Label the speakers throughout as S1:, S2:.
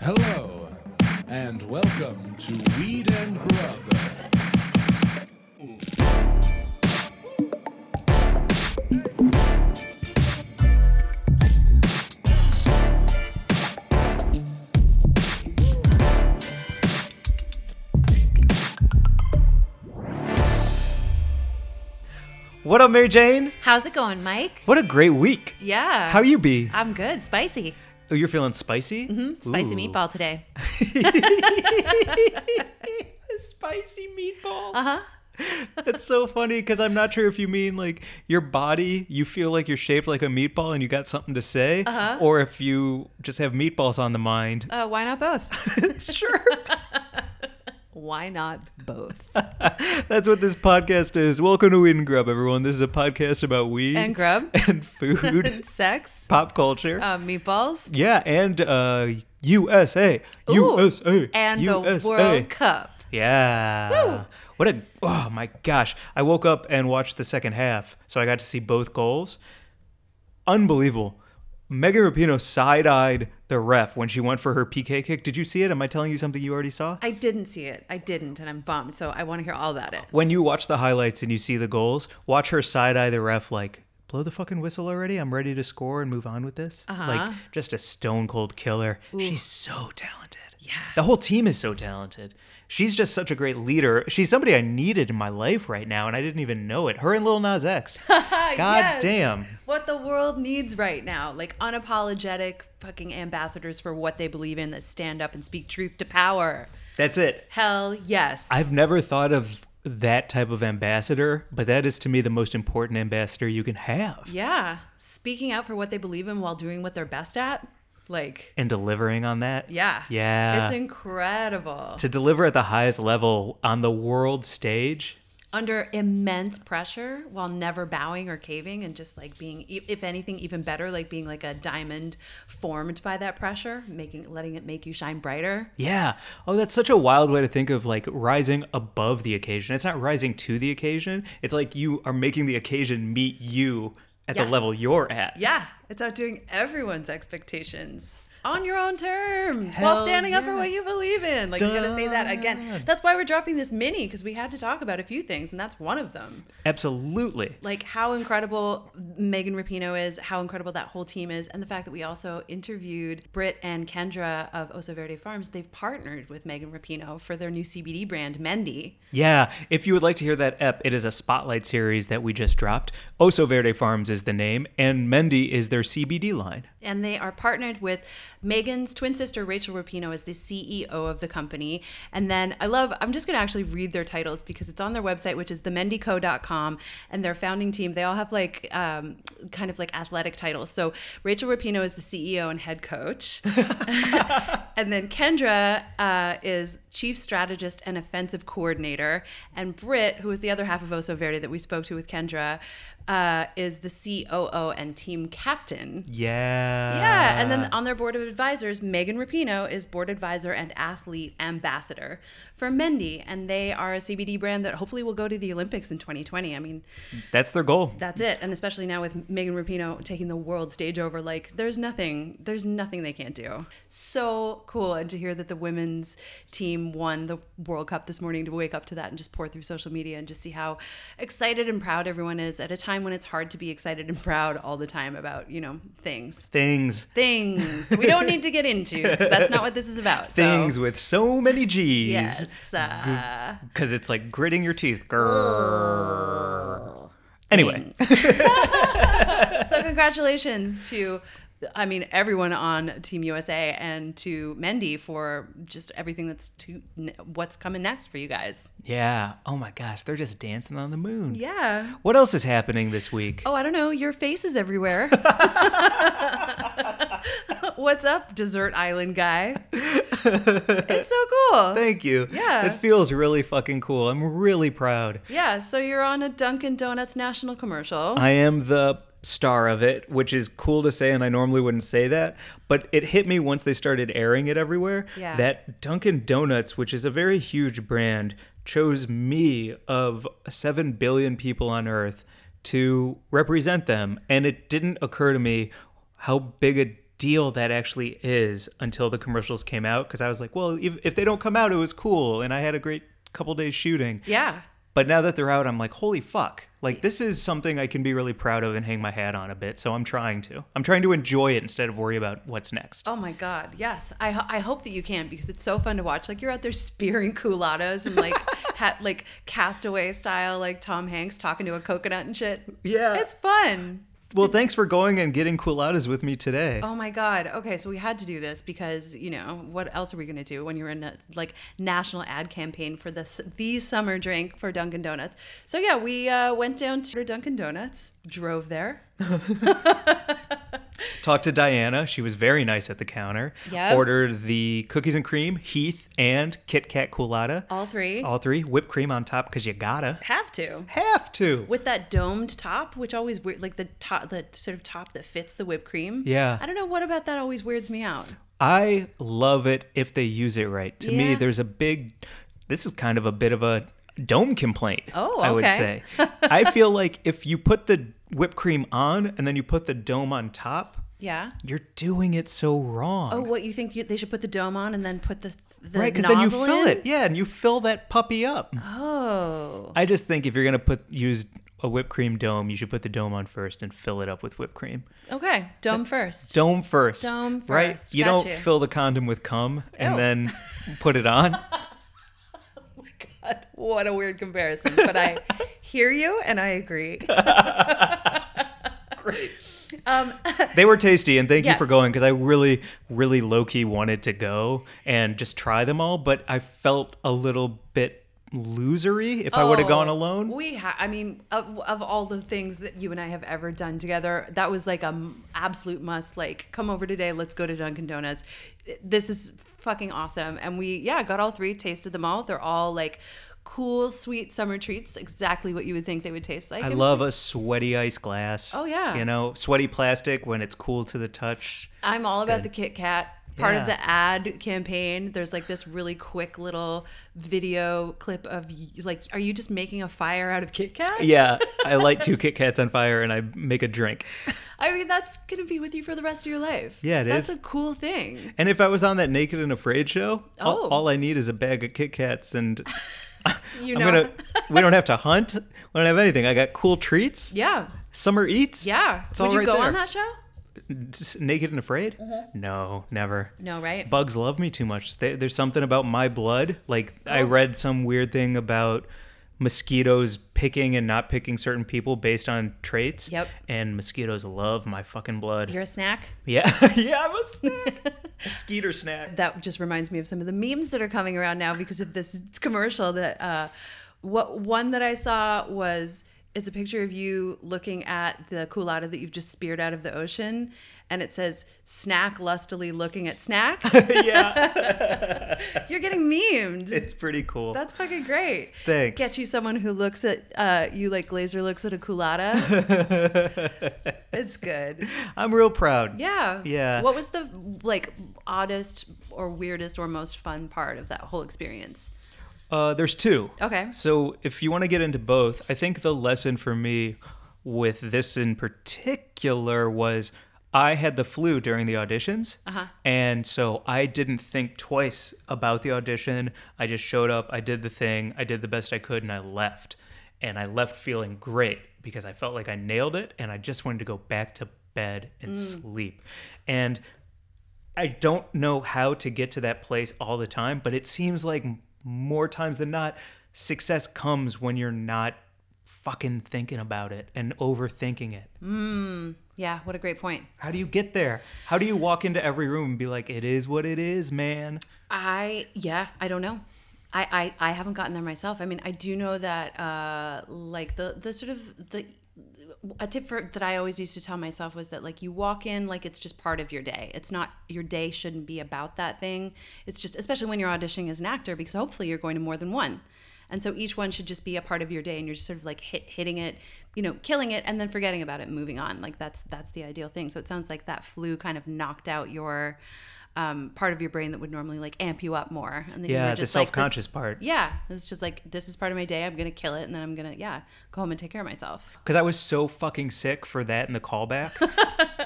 S1: Hello, and welcome to Weed and Grub.
S2: What up, Mary Jane?
S3: How's it going, Mike?
S2: What a great week.
S3: Yeah.
S2: How you be?
S3: I'm good. Spicy.
S2: Oh, you're feeling spicy? Mm-hmm.
S3: Spicy meatball today.
S2: spicy meatball. Uh
S3: Uh-huh.
S2: huh. That's so funny because I'm not sure if you mean like your body, you feel like you're shaped like a meatball and you got something to say, uh-huh. or if you just have meatballs on the mind.
S3: Uh, why not both?
S2: sure.
S3: why not both?
S2: That's what this podcast is. Welcome to Weed and Grub, everyone. This is a podcast about weed
S3: And grub.
S2: and food,
S3: And sex.
S2: pop culture.
S3: Uh, meatballs.
S2: Yeah, and uh, USA,
S3: Ooh.
S2: USA,
S3: And
S2: USA.
S3: the World Cup.
S2: Yeah. What a oh my gosh! I woke up and watched the second half, so I got to see both goals. Unbelievable. Megan Rapinoe side-eyed the ref when she went for her PK kick. Did you see it? Am I telling you something you already saw?
S3: I didn't see it. I didn't, and I'm bummed. So I want to hear all about it.
S2: When you watch the highlights and you see the goals, watch her side-eye the ref like blow the fucking whistle already. I'm ready to score and move on with this.
S3: Uh-huh.
S2: Like just a stone cold killer. She's so talented. Yeah. The whole team is so talented. She's just such a great leader. She's somebody I needed in my life right now, and I didn't even know it. Her and Lil Nas X. Ah, God
S3: Yes.
S2: damn.
S3: What the world needs right now, like unapologetic fucking ambassadors for what they believe in that stand up and speak truth to power.
S2: That's it.
S3: Hell yes.
S2: I've never thought of that type of ambassador, but that is to me the most important ambassador you can have.
S3: yeah. Speaking out for what they believe in while doing what they're best at. Like,
S2: And delivering on that.
S3: yeah.
S2: Yeah.
S3: It's incredible.
S2: to deliver at the highest level on the world stage
S3: under immense pressure while never bowing or caving and just like being e- if anything even better like being like a diamond formed by that pressure making letting it make you shine brighter
S2: yeah oh that's such a wild way to think of like rising above the occasion it's not rising to the occasion it's like you are making the occasion meet you at
S3: Yeah.
S2: the level you're at
S3: yeah it's outdoing everyone's expectations on your own terms
S2: Hell
S3: while standing up for what
S2: yes.
S3: you believe in like you're gonna say that again that's why we're dropping this mini because we had to talk about a few things and that's one of them
S2: absolutely
S3: like how incredible Megan Rapino is, how incredible that whole team is, and the fact that we also interviewed Britt and Kendra of Oso Verde Farms. They've partnered with Megan Rapino for their new CBD brand, Mendy.
S2: yeah if you would like to hear that ep it is a spotlight series that we just dropped oso verde farms is the name and mendy is their cbd line
S3: And they are partnered with Megan's twin sister, Rachel Rapino, as the CEO of the company. And then I love, I'm just going to actually read their titles because it's on their website, which is themendico.com. And their founding team, they all have like um, kind of like athletic titles. So Rachel Rapino is the CEO and head coach. and then Kendra uh, is chief strategist and offensive coordinator. And Britt, who is the other half of Oso Verde that we spoke to with Kendra, uh, is the COO and team captain.
S2: yeah
S3: Yeah, and then on their board of advisors, Megan Rapino is board advisor and athlete ambassador for Mendy, and they are a CBD brand that hopefully will go to the Olympics in 2020. I mean,
S2: that's their goal
S3: that's it, and especially now with Megan Rapino taking the world stage over, like there's nothing, there's nothing they can't do. So cool, and to hear that the women's team won the World Cup this morning, to wake up to that and just pour through social media and just see how excited and proud everyone is at a time when it's hard to be excited and proud all the time about you know things
S2: things
S3: things we don't need to get into 'cause that's not what this is about so-
S2: things with so many g's
S3: yes uh,
S2: Because it's like gritting your teeth. Grrr. Anyway,
S3: so congratulations to i mean everyone on team usa and to mendy for just everything that's to what's coming next for you guys
S2: yeah. Oh my gosh, they're just dancing on the moon.
S3: yeah
S2: What else is happening this week?
S3: oh i don't know your face is everywhere what's up desert island guy it's so cool
S2: Thank you.
S3: Yeah.
S2: It feels really fucking cool. I'm really proud.
S3: yeah so you're on a dunkin' donuts national commercial
S2: I am the star of it, which is cool to say, and I normally wouldn't say that, but it hit me once they started airing it everywhere
S3: Yeah.
S2: that Dunkin' Donuts, which is a very huge brand, chose me of 7 billion people on earth to represent them. And it didn't occur to me how big a deal that actually is until the commercials came out because I was like, well, if, if they don't come out, it was cool, and I had a great couple days shooting.
S3: Yeah.
S2: But now that they're out, I'm like, holy fuck! Like this is something I can be really proud of and hang my hat on a bit. So I'm trying to. I'm trying to enjoy it instead of worry about what's next.
S3: Oh my God. Yes. I, ho- I hope that you can because it's so fun to watch. Like you're out there spearing culottes and like ha- like castaway style, like Tom Hanks talking to a coconut and shit.
S2: Yeah.
S3: It's fun.
S2: Well, thanks for going and getting culottes with me today.
S3: Oh my God. Okay. So we had to do this because, you know, what else are we going to do when you're in a like national ad campaign for this, the summer drink for Dunkin' Donuts? So yeah, we uh, went down to Dunkin' Donuts, drove there.
S2: Talked to Diana. She was very nice at the counter.
S3: Yep.
S2: Ordered the cookies and cream, Heath, and Kit Kat culotta.
S3: All three.
S2: All three. Whipped cream on top because you gotta.
S3: Have to.
S2: Have to.
S3: with that domed top, which always weird, like the top, the sort of top that fits the whipped cream.
S2: Yeah.
S3: I don't know what about that always weirds me out.
S2: I love it if they use it right. To me,
S3: Yeah.
S2: there's a big, this is kind of a bit of a dome complaint.
S3: Oh,
S2: I would say.
S3: okay.
S2: I feel like if you put the whipped cream on and then you put the dome on top,
S3: Yeah.
S2: you're doing it so wrong.
S3: Oh, what you think you, they should put the dome on and then put the the
S2: right, because then
S3: nozzle
S2: you fill
S3: in?
S2: it. Yeah, and you fill that puppy up.
S3: Oh,
S2: I just think if you're gonna put use a whipped cream dome, you should put the dome on first and fill it up with whipped cream.
S3: okay. Dome first.
S2: Dome first.
S3: Dome
S2: Right?
S3: first.
S2: You
S3: Got
S2: don't
S3: you.
S2: fill the condom with cum and
S3: Ew.
S2: then put it on.
S3: Oh my God, what a weird comparison, but I hear you and I agree.
S2: Great. they were tasty, and thank you
S3: Um, Yeah.
S2: for going because I really, really low key wanted to go and just try them all, but I felt a little bit losery if I would have gone
S3: Oh,
S2: alone.
S3: We, ha- I mean, of, of all the things that you and I have ever done together, that was like an absolute must. Like, come over today. Let's go to Dunkin' Donuts. This is fucking awesome. And we, yeah, got all three, tasted them all. They're all like cool, sweet summer treats. Exactly what you would think they would taste like.
S2: I
S3: It was
S2: love a sweaty ice glass.
S3: Oh, yeah.
S2: You know, sweaty plastic when it's cool to the touch.
S3: I'm all about the Kit Kat. Part of
S2: Yeah.
S3: the ad campaign, there's like this really quick little video clip of y- like, are you just making a fire out of Kit Kat?
S2: Yeah, I light two Kit Kats on fire and I make a drink.
S3: I mean, that's gonna be with you for the rest of your life.
S2: Yeah, it
S3: that's
S2: is.
S3: a cool thing.
S2: And if I was on that Naked and Afraid show, all,
S3: Oh.
S2: all I need is a bag of Kit Kats and
S3: You
S2: I'm
S3: know.
S2: gonna, we don't have to hunt. We don't have anything. I got cool treats.
S3: yeah,
S2: Summer eats.
S3: yeah.
S2: It's
S3: Would
S2: all
S3: you
S2: right
S3: go on
S2: there.
S3: that show?
S2: Just naked and afraid? No, never.
S3: No, right?
S2: Bugs love me too much. They, there's something about my blood. Like
S3: Uh-huh.
S2: I read some weird thing about mosquitoes picking and not picking certain people based on traits.
S3: Yep.
S2: And mosquitoes love my fucking blood.
S3: You're a snack.
S2: yeah, yeah, I'm a snack. a skeeter snack.
S3: That just reminds me of some of the memes that are coming around now because of this commercial. That uh, what one that I saw was it's a picture of you looking at the culotta that you've just speared out of the ocean, and it says "snack lustily looking at snack."
S2: yeah,
S3: You're getting memed.
S2: it's pretty cool.
S3: That's fucking great.
S2: Thanks.
S3: Get you someone who looks at uh, you like Glazer looks at a culotta. it's good.
S2: I'm real proud.
S3: Yeah.
S2: Yeah.
S3: What was the like oddest or weirdest or most fun part of that whole experience?
S2: Uh, there's two.
S3: Okay.
S2: So if you want to get into both, I think the lesson for me with this in particular was I had the flu during the auditions. And so I didn't think twice about the audition. I just showed up, I did the thing, I did the best I could, and I left. And I left feeling great because I felt like I nailed it and I just wanted to go back to bed and sleep. And I don't know how to get to that place all the time, but it seems like m- more times than not, success comes when you're not fucking thinking about it and overthinking it.
S3: Yeah. What a great point.
S2: How do you get there? How do you walk into every room and be like, it is what it is, man?
S3: I yeah, I don't know. I, I, I haven't gotten there myself. I mean, I do know that uh, like the the sort of the a tip for that I always used to tell myself was that like you walk in like it's just part of your day. It's not your day shouldn't be about that thing. It's just especially when you're auditioning as an actor because hopefully you're going to more than one. And so each one should just be a part of your day and you're just sort of like hit hitting it, you know, killing it and then forgetting about it and moving on. Like that's that's the ideal thing. So it sounds like that flu kind of knocked out your uh, um, part of your brain that would normally like amp you up more. And then you
S2: Yeah,
S3: were
S2: the
S3: just like, this-
S2: self-conscious part.
S3: Yeah, it was just like this is part of my day. I'm gonna kill it, and then I'm gonna yeah go home and take care of myself.
S2: Because I was so fucking sick for that and the callback.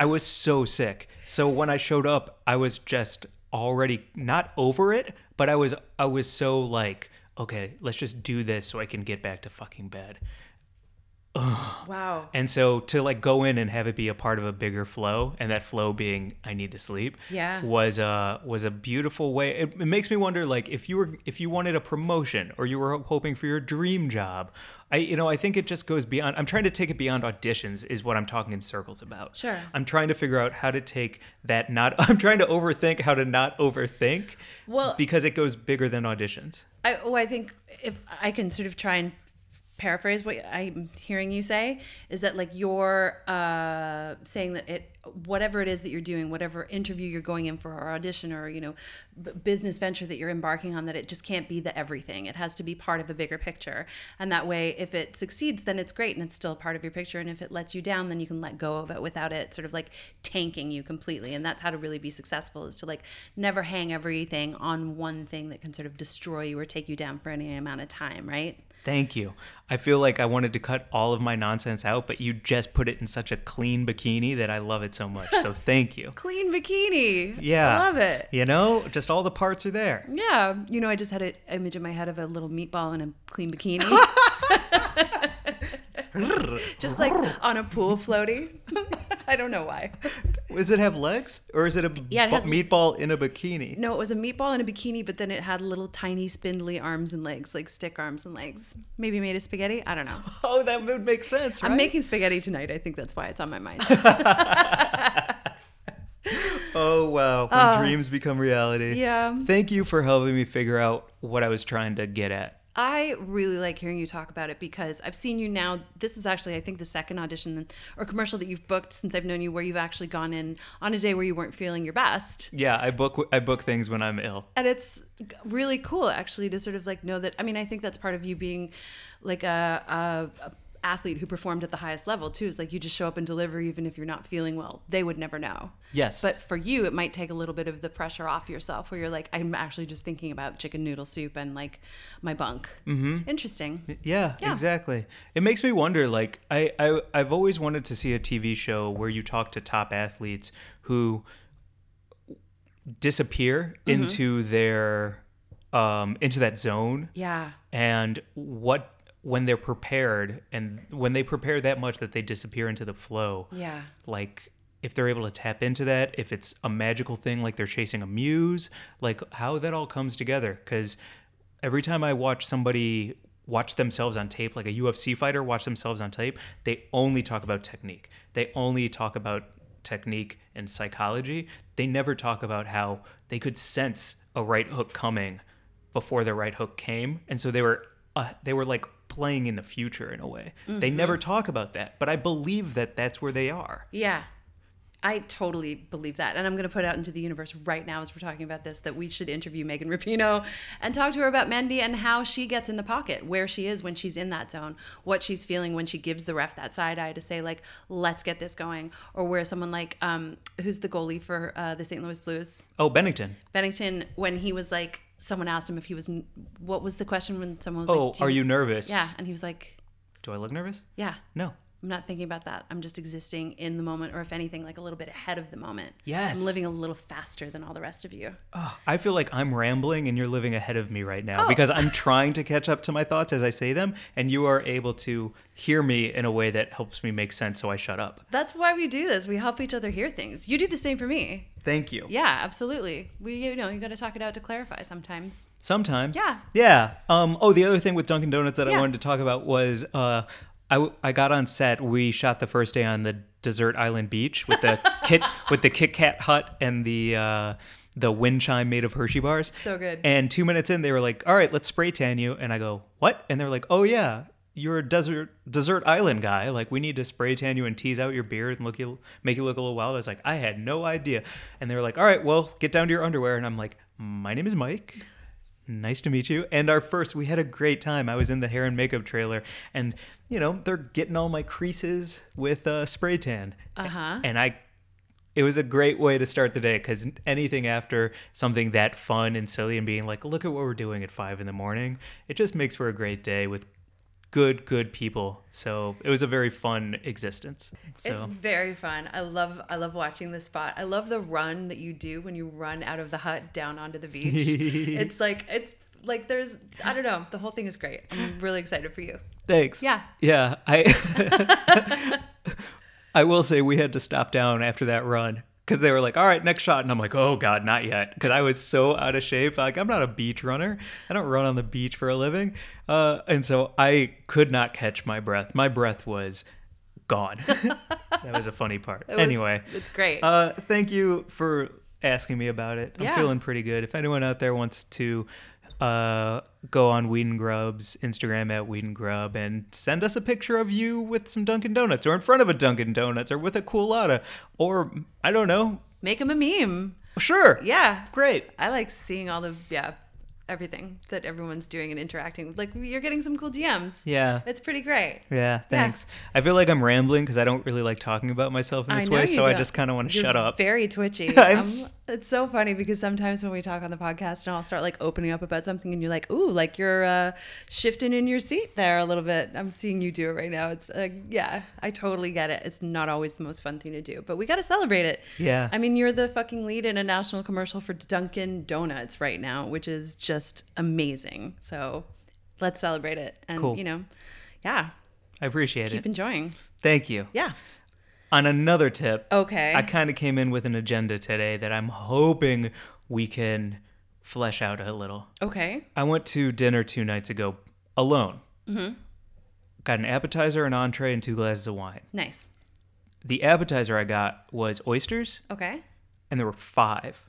S2: I was so sick. So when I showed up, I was just already not over it, but I was I was so like, okay, let's just do this so I can get back to fucking bed.
S3: Wow.
S2: And so to like go in and have it be a part of a bigger flow, and that flow being I need to sleep,
S3: Yeah.
S2: was a was a beautiful way. It, it makes me wonder, like if you were if you wanted a promotion or you were hoping for your dream job, I you know I think it just goes beyond. I'm trying to take it beyond auditions, is what I'm talking in circles about.
S3: Sure.
S2: I'm trying to figure out how to take that not. I'm trying to overthink how to not overthink.
S3: Well-
S2: because it goes bigger than auditions.
S3: I, well, I think if I can sort of try and paraphrase what I'm hearing you say is that like you're uh, saying that it whatever it is that you're doing, whatever interview you're going in for or audition or you know b- business venture that you're embarking on, that it just can't be the everything. It has to be part of a bigger picture, and that way, if it succeeds, then it's great and it's still part of your picture. And if it lets you down, then you can let go of it without it sort of like tanking you completely. And that's how to really be successful is to like never hang everything on one thing that can sort of destroy you or take you down for any amount of time, right?
S2: Thank you. I feel like I wanted to cut all of my nonsense out, but you just put it in such a clean bikini that I love it so much. So thank you.
S3: clean bikini.
S2: Yeah.
S3: I love it.
S2: You know, just all the parts are there.
S3: Yeah. You know, I just had an image in my head of a little meatball in a clean bikini. just like on a pool floaty. I don't know why.
S2: Does it have legs? Or is it a
S3: Yeah, it
S2: bu-
S3: has-
S2: meatball in a bikini?
S3: No, it was a meatball in a bikini, but then it had little tiny spindly arms and legs, like stick arms and legs. Maybe made of spaghetti. I don't know.
S2: Oh, that would make sense, right?
S3: I'm making spaghetti tonight. I think that's why it's on my mind.
S2: oh, wow. When dreams become reality.
S3: Yeah.
S2: Thank you for helping me figure out what I was trying to get at.
S3: I really like hearing you talk about it because I've seen you now. This is actually, I think, the second audition or commercial that you've booked since I've known you, where you've actually gone in on a day where you weren't feeling your best.
S2: Yeah, I book I book things when I'm ill.
S3: And it's really cool, actually, to sort of like know that. I mean, I think that's part of you being like a, a, a athlete who performed at the highest level too. Is like you just show up and deliver, even if you're not feeling well. They would never know.
S2: Yes.
S3: But for you, it might take a little bit of the pressure off yourself, where you're like, I'm actually just thinking about chicken noodle soup and like my bunk. Mm-hmm. Interesting.
S2: Yeah,
S3: Yeah.
S2: exactly. It makes me wonder. Like, I, I I've always wanted to see a TV show where you talk to top athletes who disappear
S3: Mm-hmm.
S2: into their um into that zone
S3: Yeah.
S2: and what when they're prepared and when they prepare that much that they disappear into the flow
S3: Yeah.
S2: like if they're able to tap into that if it's a magical thing like they're chasing a muse like how that all comes together because every time i watch somebody watch themselves on tape like a ufc fighter watch themselves on tape they only talk about technique they only talk about technique and psychology they never talk about how they could sense a right hook coming before the right hook came, and so they were uh, they were like playing in the future in a way. They never talk about that, but I believe that that's where they are.
S3: Yeah. I totally believe that. And I'm going to put out into the universe right now as we're talking about this that we should interview Megan Rapino and talk to her about Mendy and how she gets in the pocket, where she is when she's in that zone, what she's feeling when she gives the ref that side eye to say, like, let's get this going. Or where someone like, um, who's the goalie for uh, the St. Louis Blues?
S2: Oh, Bennington.
S3: Bennington, when he was like, someone asked him if he was, n- what was the question when someone was
S2: Oh,
S3: like, do
S2: are you nervous?
S3: Yeah. And he was like,
S2: Do I look nervous?
S3: yeah.
S2: No.
S3: I'm not thinking about that. I'm just existing in the moment, or if anything, like a little bit ahead of the moment.
S2: Yes.
S3: I'm living a little faster than all the rest of you.
S2: Oh, I feel like I'm rambling and you're living ahead of me right
S3: Oh.
S2: now because I'm trying to catch up to my thoughts as I say them, and you are able to hear me in a way that helps me make sense. So I shut up.
S3: That's why we do this. We help each other hear things. You do the same for me.
S2: Thank you.
S3: Yeah, absolutely. We, you know, you got to talk it out to clarify sometimes.
S2: Sometimes.
S3: Yeah.
S2: Yeah. Um, oh, the other thing with Dunkin' Donuts that I
S3: Yeah.
S2: wanted to talk about was uh, I, w- I got on set. We shot the first day on the desert island beach with the kit with the Kit Kat hut and the uh, the wind chime made of Hershey bars.
S3: So good.
S2: And two minutes in, they were like, "All right, let's spray tan you." And I go, "What?" And they're like, "Oh yeah." You're a desert desert island guy. Like we need to spray tan you and tease out your beard and look you make you look a little wild. I was like, I had no idea. And they were like, All right, well, get down to your underwear. And I'm like, My name is Mike. Nice to meet you. And our first, we had a great time. I was in the hair and makeup trailer, and
S3: Uh-huh.
S2: you know they're getting all my creases with uh, spray tan. Uh huh. And I It was a great way to start the day because anything after something that fun and silly and being like, look at what we're doing at five in the morning, it just makes for a great day with good, good people. So it was a very fun existence. So
S3: It's very fun. I love I love watching the spot. I love the run that you do when you run out of the hut down onto the beach. it's like it's like there's I don't know. The whole thing is great. I'm really excited for you.
S2: thanks.
S3: Yeah.
S2: Yeah. I I will say we had to stop down after that run because they were like, all right, next shot. And I'm like, oh God, not yet. Because I was so out of shape. Like, I'm not a beach runner. I don't run on the beach for a living. Uh, and so I could not catch my breath. My breath was gone. that was a funny part.
S3: It was-
S2: anyway.
S3: it's great.
S2: Uh, thank you for asking me about it. I'm
S3: Yeah.
S2: feeling pretty good. If anyone out there wants to uh, go on Weed and Grub's Instagram at Weed and Grub and send us a picture of you with some Dunkin' Donuts or in front of a Dunkin' Donuts or with a culotta or I don't know.
S3: Make him a meme.
S2: Sure.
S3: Yeah.
S2: Great.
S3: I like seeing all the yeah, everything that everyone's doing and interacting. Like you're getting some cool DMs.
S2: Yeah.
S3: It's pretty great.
S2: Yeah, thanks. I feel like I'm rambling because I don't really like talking about myself in this way, so I
S3: do.
S2: just kind of want to
S3: You're
S2: shut up.
S3: Very twitchy.
S2: I'm
S3: Um,
S2: s-
S3: it's so funny because sometimes when we talk on the podcast, and I'll start like opening up about something, and you're like, "Ooh, like you're uh, shifting in your seat there a little bit." I'm seeing you do it right now. It's uh, yeah, I totally get it. It's not always the most fun thing to do, but we got to celebrate it.
S2: Yeah.
S3: I mean, you're the fucking lead in a national commercial for Dunkin' Donuts right now, which is just amazing. So let's celebrate it, and
S2: Cool.
S3: you know, yeah,
S2: I appreciate
S3: keep
S2: it.
S3: enjoying.
S2: Thank you.
S3: Yeah.
S2: On another tip,
S3: Okay.
S2: I kind of came in with an agenda today that I'm hoping we can flesh out a little.
S3: okay.
S2: I went to dinner two nights ago alone. Got an appetizer, an entree, and two glasses of wine.
S3: Nice.
S2: The appetizer I got was oysters,
S3: Okay.
S2: and there were five.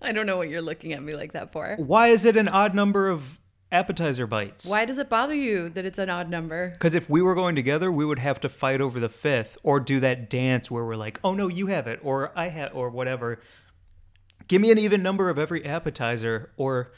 S3: I don't know what you're looking at me like that for.
S2: Why is it an odd number of appetizer bites?
S3: Why does it bother you that it's an odd number?
S2: Because if we were going together, we would have to fight over the fifth or do that dance where we're like, oh no, you have it, or I have, or whatever. Give me an even number of every appetizer, or,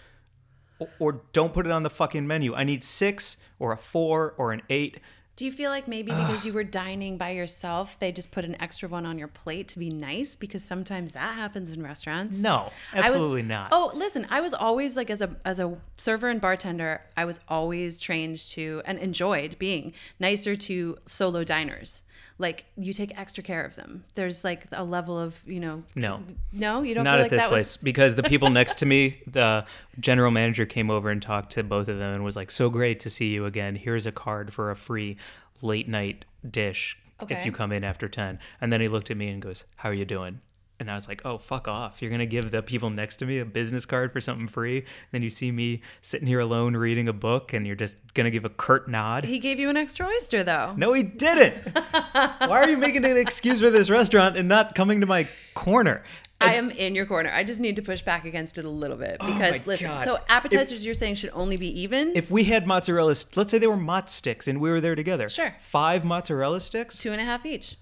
S2: or don't put it on the fucking menu. I need six, or a four, or an eight.
S3: Do you feel like maybe because you were dining by yourself, they just put an extra one on your plate to be nice? Because sometimes that happens in restaurants.
S2: No,
S3: I was-
S2: absolutely not.
S3: Oh, listen, I was always like as a as a server and bartender, I was always trained to and enjoyed being nicer to solo diners. Like you take extra care of them. There's like a level of you know.
S2: No.
S3: No, you don't
S2: Not
S3: feel
S2: at
S3: like
S2: this
S3: that
S2: place
S3: was.
S2: because the people next to me, the general manager came over and talked to both of them and was like, "So great to see you again. Here's a card for a free late night dish if
S3: Okay.
S2: you come in after 10." And then he looked at me and goes, "How are you doing?" And I was like, "Oh, fuck off. You're going to give the people next to me a business card for something free, then you see me sitting here alone reading a book and you're just going to give a curt nod?"
S3: He gave you an extra oyster though.
S2: no, he didn't. Why are you making an excuse for this restaurant and not coming to my corner?
S3: I am in your corner. I just need to push back against it a little bit because
S2: Oh my
S3: listen.
S2: God.
S3: So appetizers, you're saying should only be even
S2: if we had mozzarella, st- let's say they were mozz sticks and we were there together.
S3: Sure.
S2: Five mozzarella sticks.
S3: two and a half each.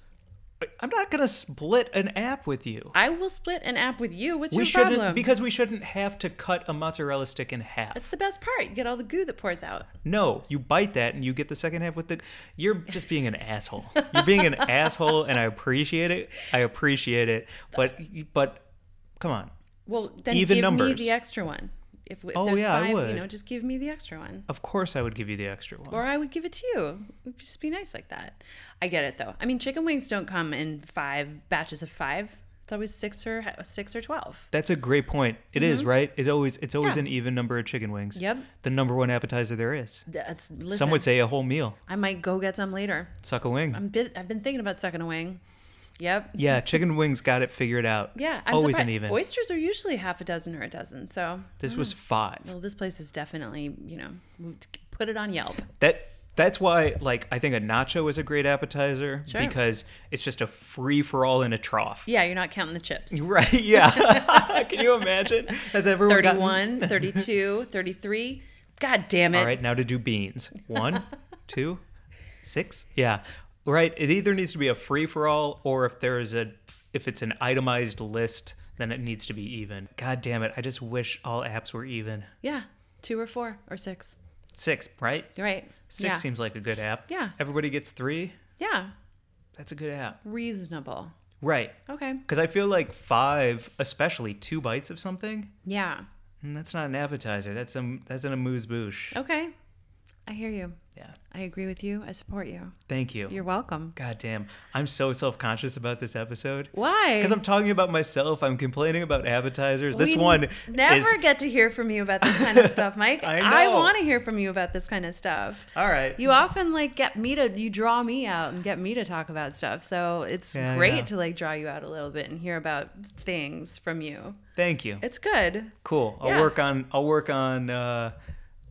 S2: I'm not gonna split an app with you.
S3: I will split an app with you. What's
S2: we
S3: your
S2: shouldn't
S3: problem?
S2: because we shouldn't have to cut a mozzarella stick in half.
S3: that's the best part. You get all the goo that pours out.
S2: no, you bite that and you get the second half with the. You're just being an asshole. You're being an asshole, and I appreciate it. I appreciate it, but but come on.
S3: Well, then
S2: even
S3: give me
S2: numbers.
S3: the extra one. If, if
S2: Oh,
S3: there's
S2: yeah, I
S3: five, you
S2: would.
S3: know, just give me the extra one.
S2: Of course, I would give you the extra one.
S3: Or I would give it to you. Just be nice like that. I get it though. I mean, chicken wings don't come in five batches of five. It's always six or six or twelve.
S2: That's a great point. It is right. It always it's always
S3: Mm-hmm. Yeah.
S2: an even number of chicken wings.
S3: Yep.
S2: The number one appetizer there is.
S3: That's listen.
S2: Some would say a whole meal.
S3: I might go get some later.
S2: Suck a wing.
S3: I'm bit, I've been thinking about sucking a wing. Yep.
S2: yeah, chicken wings got it figured out.
S3: Yeah. I'm
S2: always
S3: surprised.
S2: an even.
S3: Oysters are usually half a dozen or a dozen. So,
S2: This was five.
S3: well, this place is definitely, you know, put it on Yelp.
S2: That that's why like I think a nacho is a great appetizer
S3: Sure.
S2: because it's just a free for all in a trough.
S3: Yeah. You're not counting the chips.
S2: Right? Yeah. Can you imagine? Has everyone gotten-
S3: 31, 32, 33. God damn it.
S2: All right, now to do beans. One, two, six. Yeah. Right. It either needs to be a free for all, or if there is a, if it's an itemized list, then it needs to be even. God damn it! I just wish all apps were even.
S3: Yeah. Two or four or six.
S2: Six, right?
S3: You're right.
S2: Six
S3: yeah.
S2: seems like a good app.
S3: Yeah.
S2: Everybody gets three.
S3: Yeah.
S2: That's a good app.
S3: Reasonable.
S2: Right.
S3: Okay.
S2: Because I feel like five, especially two bites of something,
S3: Yeah.
S2: mm, that's not an appetizer. That's a that's an amuse bouche.
S3: Okay. I hear you.
S2: Yeah.
S3: I agree with you. I support you.
S2: Thank you.
S3: You're welcome.
S2: God damn. I'm so self conscious about this episode.
S3: Why?
S2: Because I'm talking about myself. I'm complaining about appetizers. this
S3: We
S2: one
S3: n- never
S2: is
S3: get to hear from you about this kind of stuff, Mike.
S2: I know.
S3: want to hear from you about this kind of stuff.
S2: all right.
S3: You often like get me to you draw me out and get me to talk about stuff. So it's
S2: Yeah,
S3: great
S2: yeah.
S3: to like draw you out a little bit and hear about things from you.
S2: Thank you.
S3: It's good.
S2: Cool. I'll
S3: Yeah.
S2: work on I'll work on uh,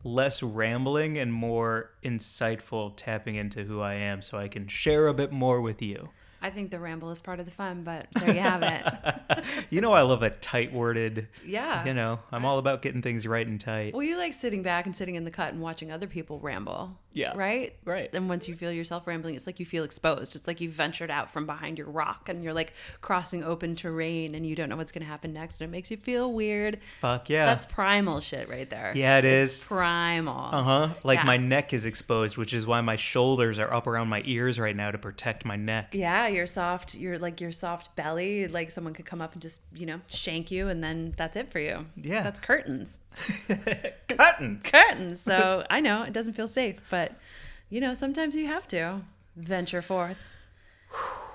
S2: less rambling and more insightful tapping into who I am, so I can share a bit more with you.
S3: I think the ramble is part of the fun, but there you have it.
S2: You know, I love a tight worded.
S3: Yeah.
S2: You know, I'm all about getting things right and tight.
S3: Well, you like sitting back and sitting in the cut and watching other people ramble.
S2: Yeah.
S3: Right?
S2: Right.
S3: And once you feel yourself rambling, it's like you feel exposed. It's like you ventured out from behind your rock and you're like crossing open terrain and you don't know what's going to happen next and it makes you feel weird.
S2: Fuck yeah.
S3: That's primal shit right there.
S2: Yeah, it
S3: it's
S2: is.
S3: primal.
S2: uh huh. Like
S3: Yeah.
S2: my neck is exposed, which is why my shoulders are up around my ears right now to protect my neck.
S3: Yeah, your soft, your like your soft belly, like someone could come up and just, you know, shank you and then that's it for you.
S2: Yeah.
S3: That's curtains.
S2: Cuttings.
S3: Curtains. So I know it doesn't feel safe, but you know, sometimes you have to venture forth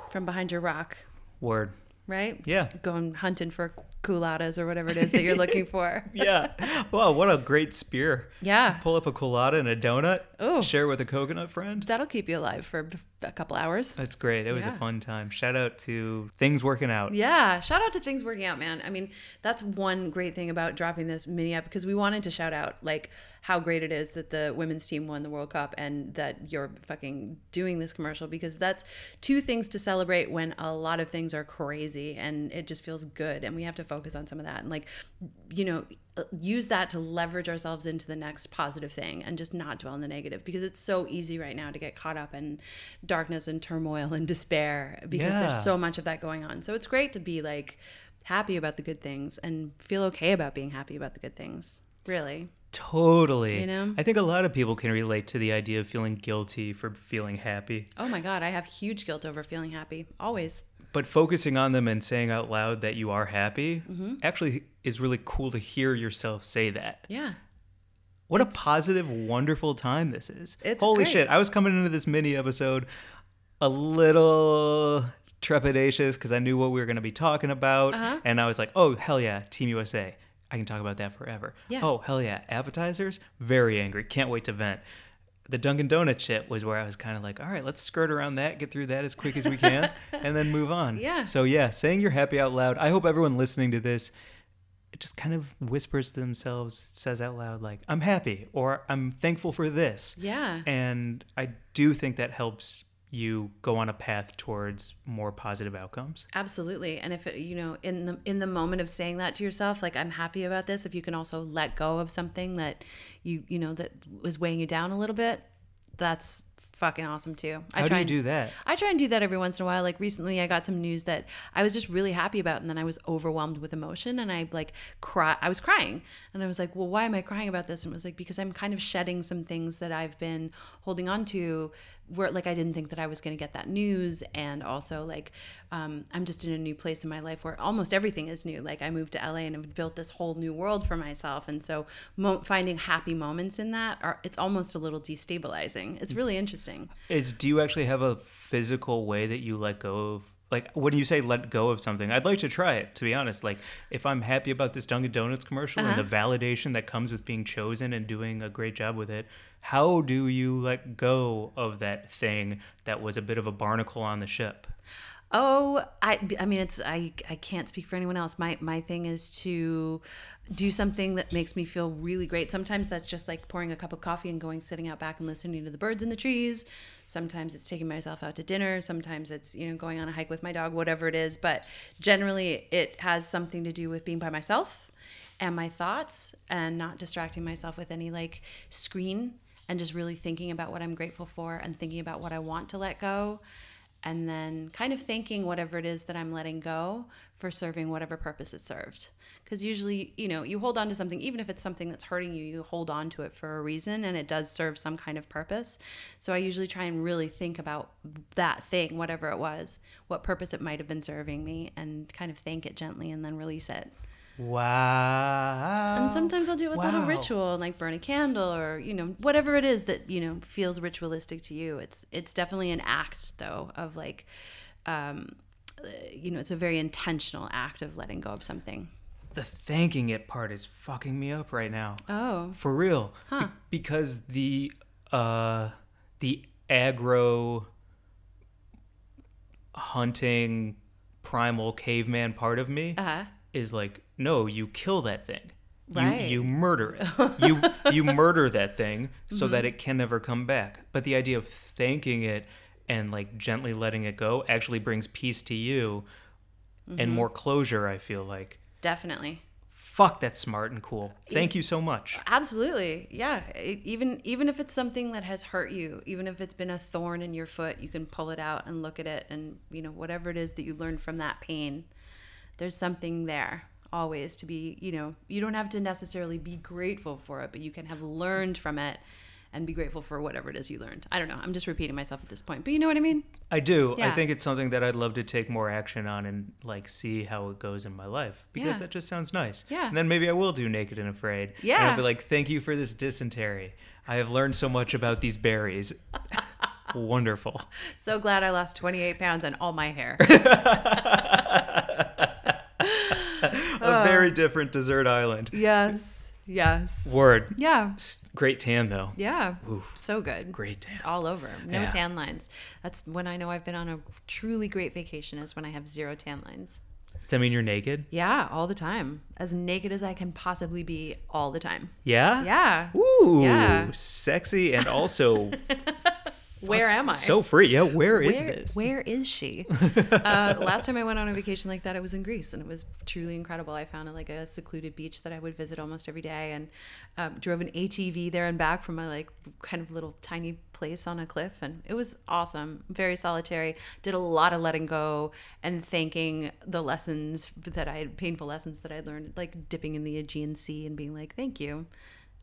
S3: from behind your rock,
S2: Word.
S3: right?
S2: Yeah.
S3: Going hunting for culottes or whatever it is that you're looking for.
S2: Yeah. Wow, what a great spear.
S3: Yeah.
S2: Pull up a colada and a donut.
S3: Ooh.
S2: Share with a coconut friend.
S3: That'll keep you alive for a couple hours.
S2: That's great. It was
S3: Yeah.
S2: a fun time. Shout out to Things Working Out.
S3: Yeah, shout out to things working out, man. I mean, that's one great thing about dropping this mini up because we wanted to shout out like how great it is that the women's team won the World Cup and that you're fucking doing this commercial because that's two things to celebrate when a lot of things are crazy and it just feels good and we have to focus on some of that and like you know use that to leverage ourselves into the next positive thing and just not dwell on the negative because it's so easy right now to get caught up in darkness and turmoil and despair because
S2: Yeah.
S3: there's so much of that going on. So it's great to be like happy about the good things and feel okay about being happy about the good things. Really.
S2: Totally.
S3: You know?
S2: I think a lot of people can relate to the idea of feeling guilty for feeling happy,
S3: Oh my God, I have huge guilt over feeling happy. Always.
S2: but focusing on them and saying out loud that you are happy actually is really cool to hear yourself say that.
S3: Yeah.
S2: What a positive, wonderful time this is.
S3: It's
S2: Holy
S3: great.
S2: shit. I was coming into this mini episode a little trepidatious because I knew what we were going to be talking about.
S3: Uh-huh.
S2: And I was like, oh, hell yeah, Team USA. I can talk about that forever.
S3: Yeah.
S2: Oh, hell yeah. Appetizers? Very angry. Can't wait to vent. The Dunkin' Donut shit was where I was kind of like, all right, let's skirt around that, get through that as quick as we can, and then move on.
S3: Yeah.
S2: So, yeah, saying you're happy out loud. I hope everyone listening to this it just kind of whispers to themselves, says out loud, like, I'm happy or I'm thankful for this.
S3: Yeah.
S2: And I do think that helps you go on a path towards more positive outcomes.
S3: Absolutely. And if it, you know, in the in the moment of saying that to yourself, like I'm happy about this, if you can also let go of something that you you know that was weighing you down a little bit, that's fucking awesome too. I
S2: How do
S3: try
S2: you
S3: and-
S2: do that?
S3: I try and do that every once in a while. Like recently, I got some news that I was just really happy about, and then I was overwhelmed with emotion, and I like cry. I was crying, and I was like, "Well, why am I crying about this?" And it was like because I'm kind of shedding some things that I've been holding on to, where like I didn't think that I was going to get that news, and also like um, I'm just in a new place in my life where almost everything is new. Like I moved to LA and I've built this whole new world for myself, and so mo- finding happy moments in that are it's almost a little destabilizing. It's really interesting.
S2: Is do you actually have a physical way that you let go of like when you say let go of something, I'd like to try it, to be honest. Like if I'm happy about this Dunkin' Donuts commercial
S3: Uh-huh.
S2: and the validation that comes with being chosen and doing a great job with it, how do you let go of that thing that was a bit of a barnacle on the ship?
S3: Oh, I I mean it's I I can't speak for anyone else. My my thing is to do something that makes me feel really great. Sometimes that's just like pouring a cup of coffee and going sitting out back and listening to the birds in the trees. Sometimes it's taking myself out to dinner, sometimes it's, you know, going on a hike with my dog, whatever it is, but generally it has something to do with being by myself and my thoughts and not distracting myself with any like screen and just really thinking about what I'm grateful for and thinking about what I want to let go and then kind of thanking whatever it is that I'm letting go for serving whatever purpose it served. Because usually, you know, you hold on to something, even if it's something that's hurting you, you hold on to it for a reason and it does serve some kind of purpose. So I usually try and really think about that thing, whatever it was, what purpose it might have been serving me, and kind of thank it gently and then release it.
S2: Wow.
S3: And sometimes I'll do it with a little
S2: Oh, Wow.
S3: ritual, like burn a candle or, you know, whatever it is that, you know, feels ritualistic to you. It's it's definitely an act though of like um uh, you know, it's a very intentional act of letting go of something.
S2: The thanking it part is fucking me up right now.
S3: Oh.
S2: For real. Be- because the uh the aggro hunting primal caveman part of me
S3: Uh-huh.
S2: is like, no, you kill that thing.
S3: Right.
S2: You you murder it. you you murder that thing so
S3: Mm-hmm.
S2: that it can never come back. But the idea of thanking it and like gently letting it go actually brings peace to you
S3: Mm-hmm.
S2: and more closure, I feel like.
S3: Definitely.
S2: Fuck that's smart and cool. Thank you so much.
S3: Absolutely. Yeah. E- Even even if it's something that has hurt you, even if it's been a thorn in your foot, you can pull it out and look at it and, you know, whatever it is that you learned from that pain, there's something there always to be, you know, you don't have to necessarily be grateful for it, but you can have learned from it and be grateful for whatever it is you learned. I don't know. I'm just repeating myself at this point, but you know what I mean?
S2: I do. I
S3: Yeah.
S2: think it's something that I'd love to take more action on and like see how it goes in my life because
S3: Yeah.
S2: that just sounds nice.
S3: Yeah.
S2: And then maybe I will do naked and afraid. And I'll
S3: Yeah.
S2: be like, thank you for this dysentery. I have learned so much about these berries. Wonderful.
S3: So glad I lost 28 pounds and all my hair. Uh.
S2: A very different desert island.
S3: yes. Yes.
S2: Word.
S3: Yeah.
S2: Great tan though.
S3: Yeah. So good.
S2: Great tan.
S3: all over. No
S2: Yeah.
S3: tan lines. That's when I know I've been on a truly great vacation is when I have zero tan lines.
S2: Does that mean you're naked?
S3: Yeah, all the time. As naked as I can possibly be all the time.
S2: Yeah.
S3: Yeah.
S2: Ooh.
S3: Yeah.
S2: Sexy and also
S3: Where am I?
S2: so free. Yeah. Where is
S3: where,
S2: this?
S3: where is she? uh, last time I went on a vacation like that, I was in Greece, and it was truly incredible. I found like a secluded beach that I would visit almost every day, and um, drove an ATV there and back from my like kind of little tiny place on a cliff, and it was awesome. Very solitary. Did a lot of letting go and thanking the lessons that I had, painful lessons that I learned, like dipping in the Aegean Sea and being like, "Thank you."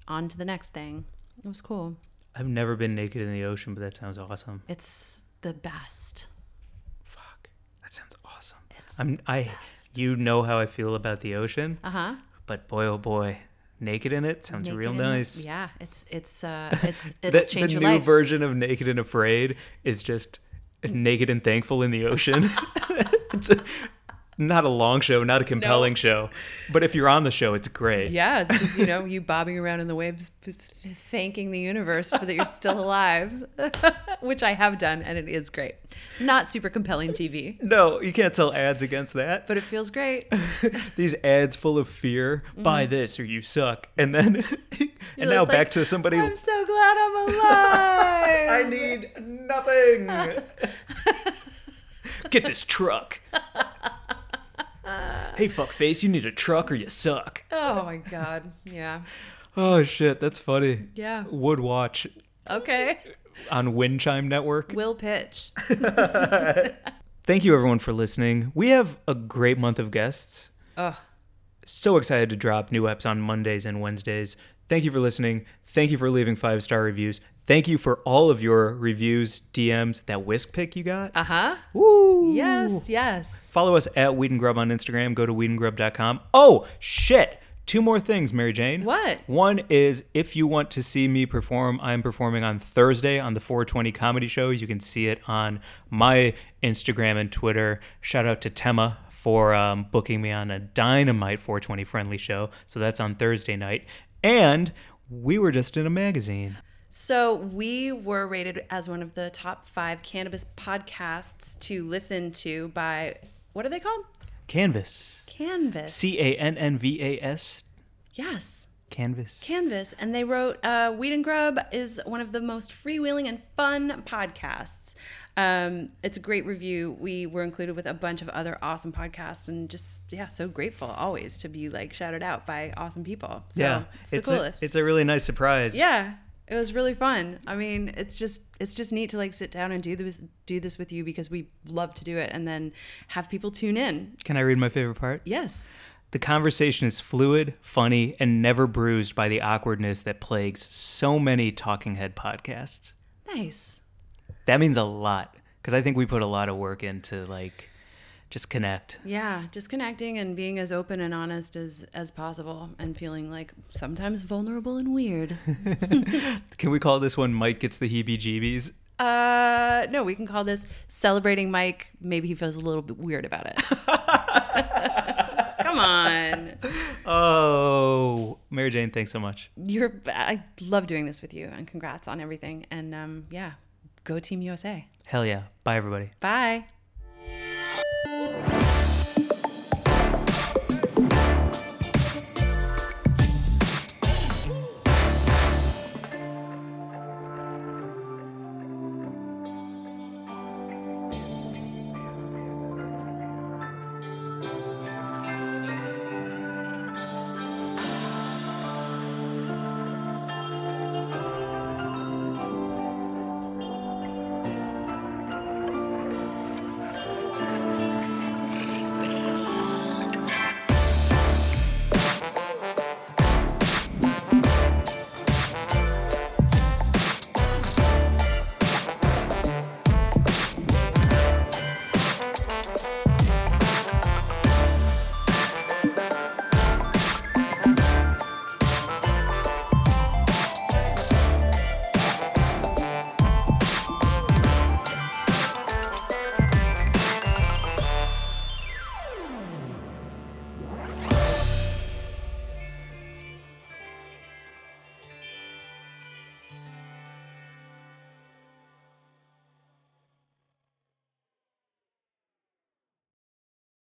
S3: On to the next thing. It was cool.
S2: I've never been naked in the ocean, but that sounds awesome.
S3: It's the best.
S2: Fuck. That sounds awesome. I'm I you know how I feel about the ocean,
S3: Uh huh.
S2: but boy oh boy, naked in it sounds real
S3: naked and-
S2: nice.
S3: yeah, it's it's uh it's it'll
S2: That the
S3: change
S2: new
S3: your life.
S2: version of naked and afraid is just naked and thankful in the ocean. it's a, not a long show, not a compelling show, but if you're on the show, it's great.
S3: yeah, it's just you know you bobbing around in the waves, p- th- thanking the universe for that you're still alive, which I have done, and it is great. Not super compelling TV,
S2: No, you can't sell ads against that.
S3: but it feels great.
S2: These ads full of fear, buy this or you suck, and then and now
S3: It's Mm-hmm. like,
S2: back to somebody.
S3: I'm so glad I'm alive.
S2: I need nothing. Get this truck. hey, fuckface, you need a truck or you suck.
S3: oh my god. Yeah.
S2: Oh shit, that's funny.
S3: Yeah.
S2: Would watch
S3: Okay.
S2: on Wind Chime Network.
S3: Will pitch.
S2: Thank you everyone for listening. We have a great month of guests.
S3: Ugh.
S2: So excited to drop new eps on Mondays and Wednesdays. Thank you for listening. Thank you for leaving five star reviews. Thank you for all of your reviews, DMs, that whisk pick you got.
S3: Uh huh.
S2: Woo!
S3: Yes. Yes.
S2: Follow us at Weed and Grub on Instagram. Go to weedandgrub.com. Oh, shit. Two more things, Mary Jane.
S3: What?
S2: One is if you want to see me perform, I'm performing on Thursday on the 420 comedy show. You can see it on my Instagram and Twitter. Shout out to Tema for um, booking me on a dynamite 420 friendly show. So that's on Thursday night. And we were just in a magazine.
S3: So we were rated as one of the top five cannabis podcasts to listen to by what are they called?
S2: Canvas.
S3: Canvas.
S2: C A N N V A S.
S3: yes.
S2: Canvas.
S3: Canvas. And they wrote uh, Weed and Grub is one of the most freewheeling and fun podcasts. Um, it's a great review. We were included with a bunch of other awesome podcasts and just, yeah, so grateful always to be like shouted out by awesome people. So it's the
S2: a-
S3: coolest.
S2: it's a really nice surprise.
S3: yeah. It was really fun. I mean, it's just it's just neat to like sit down and do this do this with you because we love to do it and then have people tune in.
S2: Can I read my favorite part?
S3: Yes.
S2: The conversation is fluid, funny, and never bruised by the awkwardness that plagues so many talking head podcasts.
S3: Nice.
S2: That means a lot because I think we put a lot of work into like just connect.
S3: Yeah, just connecting and being as open and honest as as possible and feeling like sometimes vulnerable and weird.
S2: Can we call this one Mike gets the heebie-jeebies?
S3: Uh, no, we can call this celebrating Mike. Maybe he feels a little bit weird about it. Come on.
S2: Oh, Mary Jane, thanks so much.
S3: You're I love doing this with you and congrats on everything and um yeah, go team USA.
S2: Hell yeah. Bye everybody.
S3: Bye.